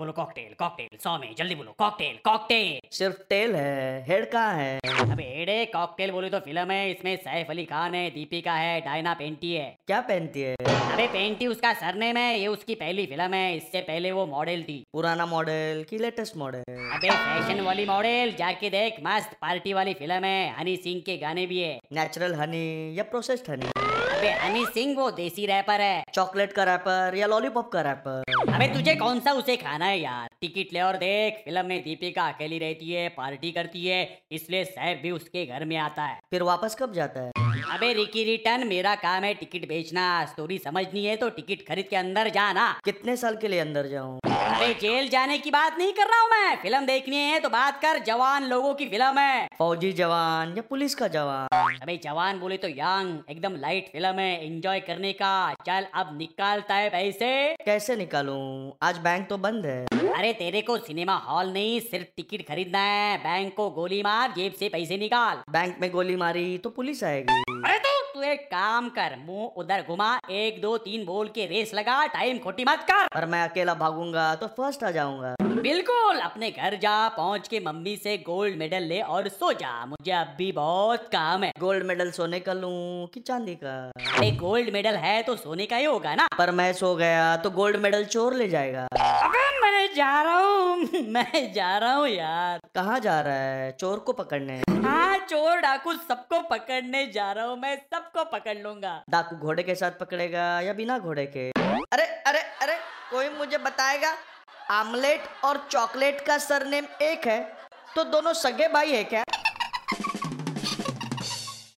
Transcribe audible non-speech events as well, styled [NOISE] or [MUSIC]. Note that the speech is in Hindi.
कॉकटेल कॉकटेल सौ में जल्दी बोलो कॉकटेल कॉकटेल सिर्फ टेल है हेड कहाँ है अबे एड़े कॉकटेल बोली तो फिल्म है इसमें सैफ अली खान है दीपिका है डायना पेंटी है क्या पहनती है अबे पेंटी उसका सरनेम है ये उसकी पहली फिल्म है इससे पहले वो मॉडल थी पुराना मॉडल की लेटेस्ट मॉडल अबे फैशन वाली मॉडल जाके देख मस्त पार्टी वाली फिल्म है हनी सिंह के गाने भी है नेचुरल हनी या प्रोसेस्ड हनी अबे हनी सिंह वो देसी रैपर है चॉकलेट का रैपर या लॉलीपॉप का रैपर अबे तुझे कौन सा उसे खाना है यार टिकट ले और देख फिल्म में दीपिका अकेली रहती है पार्टी करती है इसलिए सैफ भी उसके घर में आता है फिर वापस कब जाता है अबे रिकी रिटर्न मेरा काम है टिकट बेचना स्टोरी समझनी है तो टिकट खरीद के अंदर जाना कितने साल के लिए अंदर जाऊं अबे जेल जाने की बात नहीं कर रहा हूँ मैं फिल्म देखनी है तो बात कर जवान लोगों की फिल्म है फौजी जवान या पुलिस का जवान अबे जवान बोले तो यंग एकदम लाइट फिल्म है एंजॉय करने का चल अब निकालता है पैसे कैसे निकालूं आज बैंक तो बंद है अरे तेरे को सिनेमा हॉल नहीं सिर्फ टिकट खरीदना है बैंक को गोली मार जेब से पैसे निकाल बैंक में गोली मारी तो पुलिस आएगी अरे तो तू एक काम कर मुंह उधर घुमा एक दो तीन बोल के रेस लगा टाइम खोटी मत कर और मैं अकेला भागूंगा तो फर्स्ट आ जाऊंगा बिल्कुल अपने घर जा पहुंच के मम्मी से गोल्ड मेडल ले और सो जा मुझे अब भी बहुत काम है गोल्ड मेडल सोने का लूं कि चांदी का अरे गोल्ड मेडल है तो सोने का ही होगा ना पर मैं सो गया तो गोल्ड मेडल चोर ले जाएगा अबे मैं जा रहा हूँ [LAUGHS] मैं जा रहा हूँ यार कहाँ जा रहा है चोर को पकड़ने हाँ चोर डाकू सबको पकड़ने जा रहा हूँ मैं सबको पकड़ लूंगा डाकू घोड़े के साथ पकड़ेगा या बिना घोड़े के अरे अरे अरे कोई मुझे बताएगा आमलेट और चॉकलेट का सरनेम एक है तो दोनों सगे भाई है क्या